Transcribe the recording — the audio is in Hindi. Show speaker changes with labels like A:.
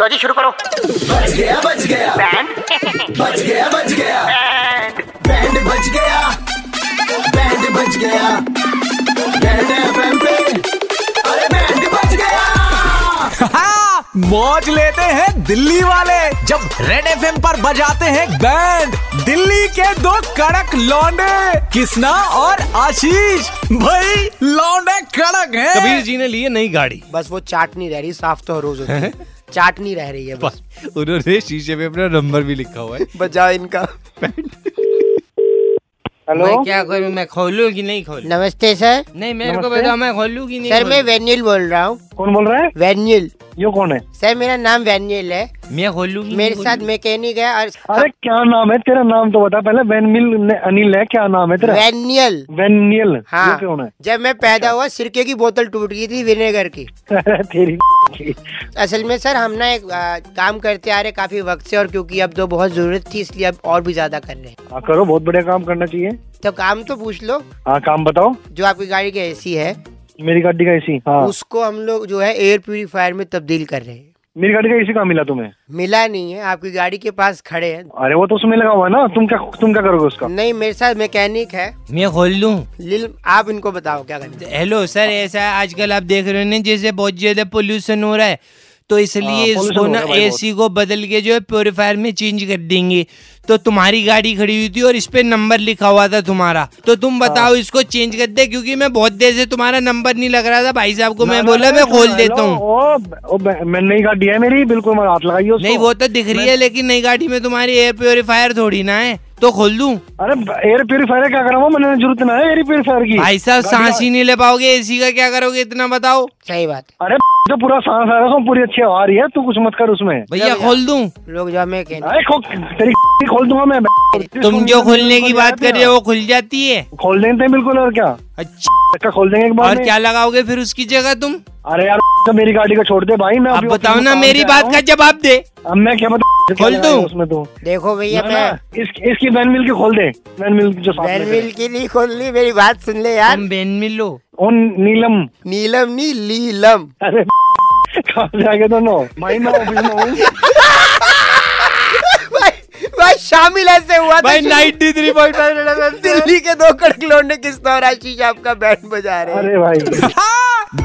A: बाजी शुरू करो
B: बच गया बच गया
A: बैंड
B: बच गया बच गया
A: बैंड
B: बैंड बच गया बैंड बच गया बैंड एफएम पे अरे बैंड बच गया
C: हाँ, मौज लेते हैं दिल्ली वाले जब रेड एफ पर बजाते हैं बैंड दिल्ली के दो कड़क लौंडे किसना और आशीष भाई लौंडे कड़क
D: कबीर
C: हैं
D: जी ने लिए नई गाड़ी
E: बस वो चाट नहीं रह रही साफ तो हर रोज होती है चाटनी रह रही है बस
D: उन्होंने शीशे पे अपना नंबर भी लिखा हुआ है
E: बजाओ इनका
F: मैं क्या करूँ मैं खोलूँ कि नहीं खोलूँ
E: नमस्ते सर
F: नहीं मेरे को बताओ मैं खोलूँ कि नहीं
E: सर मैं
F: खोलूं?
E: वैनिल बोल रहा हूँ
G: कौन बोल रहा है
E: वैनिल
G: ये कौन है
E: सर मेरा नाम वैनिल है
F: मैं खोलूँ कि
E: मेरे
F: नहीं
E: साथ मैं कह नहीं गया
G: अरे
E: और
G: क्या नाम है तेरा नाम तो बता पहले वैनमिल ने- अनिल है क्या नाम है तेरा
E: वैनियल
G: वैनियल ये कौन
E: हाँ जब मैं पैदा हुआ सिरके की बोतल टूट गई थी विनेगर की
G: है तेरी की।
E: असल में सर हम ना एक आ, काम करते आ रहे काफी वक्त से और क्योंकि अब तो बहुत जरूरत थी इसलिए अब और भी ज्यादा कर रहे हैं
G: हाँ करो बहुत बढ़िया काम करना चाहिए
E: तो काम तो पूछ लो
G: हाँ काम बताओ
E: जो आपकी गाड़ी की एसी है
G: मेरी गाड़ी का एसी हाँ
E: उसको हम लोग जो है एयर प्यूरिफायर में तब्दील कर रहे हैं
G: मेरी गाड़ी का एसी कहाँ मिला तुम्हें
E: मिला नहीं है आपकी गाड़ी के पास खड़े हैं
G: अरे वो तो उसमें लगा हुआ है ना तुम क्या तुम क्या करोगे उसका
E: नहीं मेरे साथ मैकेनिक है
F: मैं खोल लूँ
E: लिल आप इनको बताओ क्या करना है।
F: हेलो सर ऐसा है, आजकल आप देख रहे हो ना जैसे बहुत ज्यादा पोल्यूशन हो रहा है तो इसलिए
G: हाँ, pollution
F: इसको
G: हो
F: ना
G: रहा है भाई
F: एसी को बदल के जो है प्योरीफायर में चेंज कर देंगे तो तुम्हारी गाड़ी खड़ी हुई थी और इस पे नंबर लिखा हुआ था तुम्हारा तो तुम
G: हाँ।
F: बताओ इसको चेंज कर दे क्योंकि मैं बहुत देर से तुम्हारा नंबर नहीं लग रहा था भाई साहब को मैं बोला मैं खोल देता हूँ
G: हूँ मैं नई गाड़ी है मेरी बिल्कुल मत हाथ लगाइए उसको।
F: नहीं वो तो दिख रही है लेकिन नई गाड़ी में तुम्हारी एयर प्योरीफायर थोड़ी ना है तो खोल दूं
G: अरे एयर प्योरीफायर क्या करा हुआ मैंने जरूरत ना है एयर प्योरीफायर की
F: भाई साहब
G: गाड़ी का-
F: सांस ही नहीं ले पाओगे एसी का क्या करोगे इतना बताओ
E: सही बात है
G: अरे जो पूरा सांस आ रहा है उसमें पूरी अच्छी हवा आ रही है तू कुछ मत कर उसमें
F: भैया खोल दूं
E: लोग जो है मैकेनिक
G: अरे खो तेरी खोल दूंगा मैं
F: तुम जो खोलने
G: तो
F: की बात कर रहे हो वो खुल जाती है
G: खोल देते हैं बिल्कुल और क्या
F: अच्छा
G: धक्का खोल देंगे एक बार
F: और
G: में।
F: क्या लगाओगे फिर उसकी जगह तुम
G: अरे यार तो मेरी गाड़ी को छोड़ दे भाई मैं
F: अब
G: अभी
F: बताओ
G: ऑफिस में
F: ना
G: काम
F: मेरी
G: पे आया
F: बात का
G: हूँ।
F: जवाब दे
G: अब मैं क्या बता
F: खोल
G: क्या
F: दूँ?
G: उसमें तू
E: देखो भैया
G: ना, ना,
E: मैं
G: इस, इसकी वैन मिल की खोल दे वैन मिल जो साथ में
E: बैनविल की नहीं खोलनी मेरी बात सुन ले यार
F: तुम बेन मिलो
G: खड़े। उन नीलम
E: नीलम नी लीलम
G: अरे कहाँ जाएगा दोनों भाई मैं ऑफिस में हूँ
E: भाई भाई शामिल ऐसे हुआ था
F: भाई नाइनटी थ्री पॉइंट
E: दिल्ली के दो कड़क लौंडे किस तरह आशीष आपका बैंड बजा रहे हैं
G: अरे भाई
C: हाँ,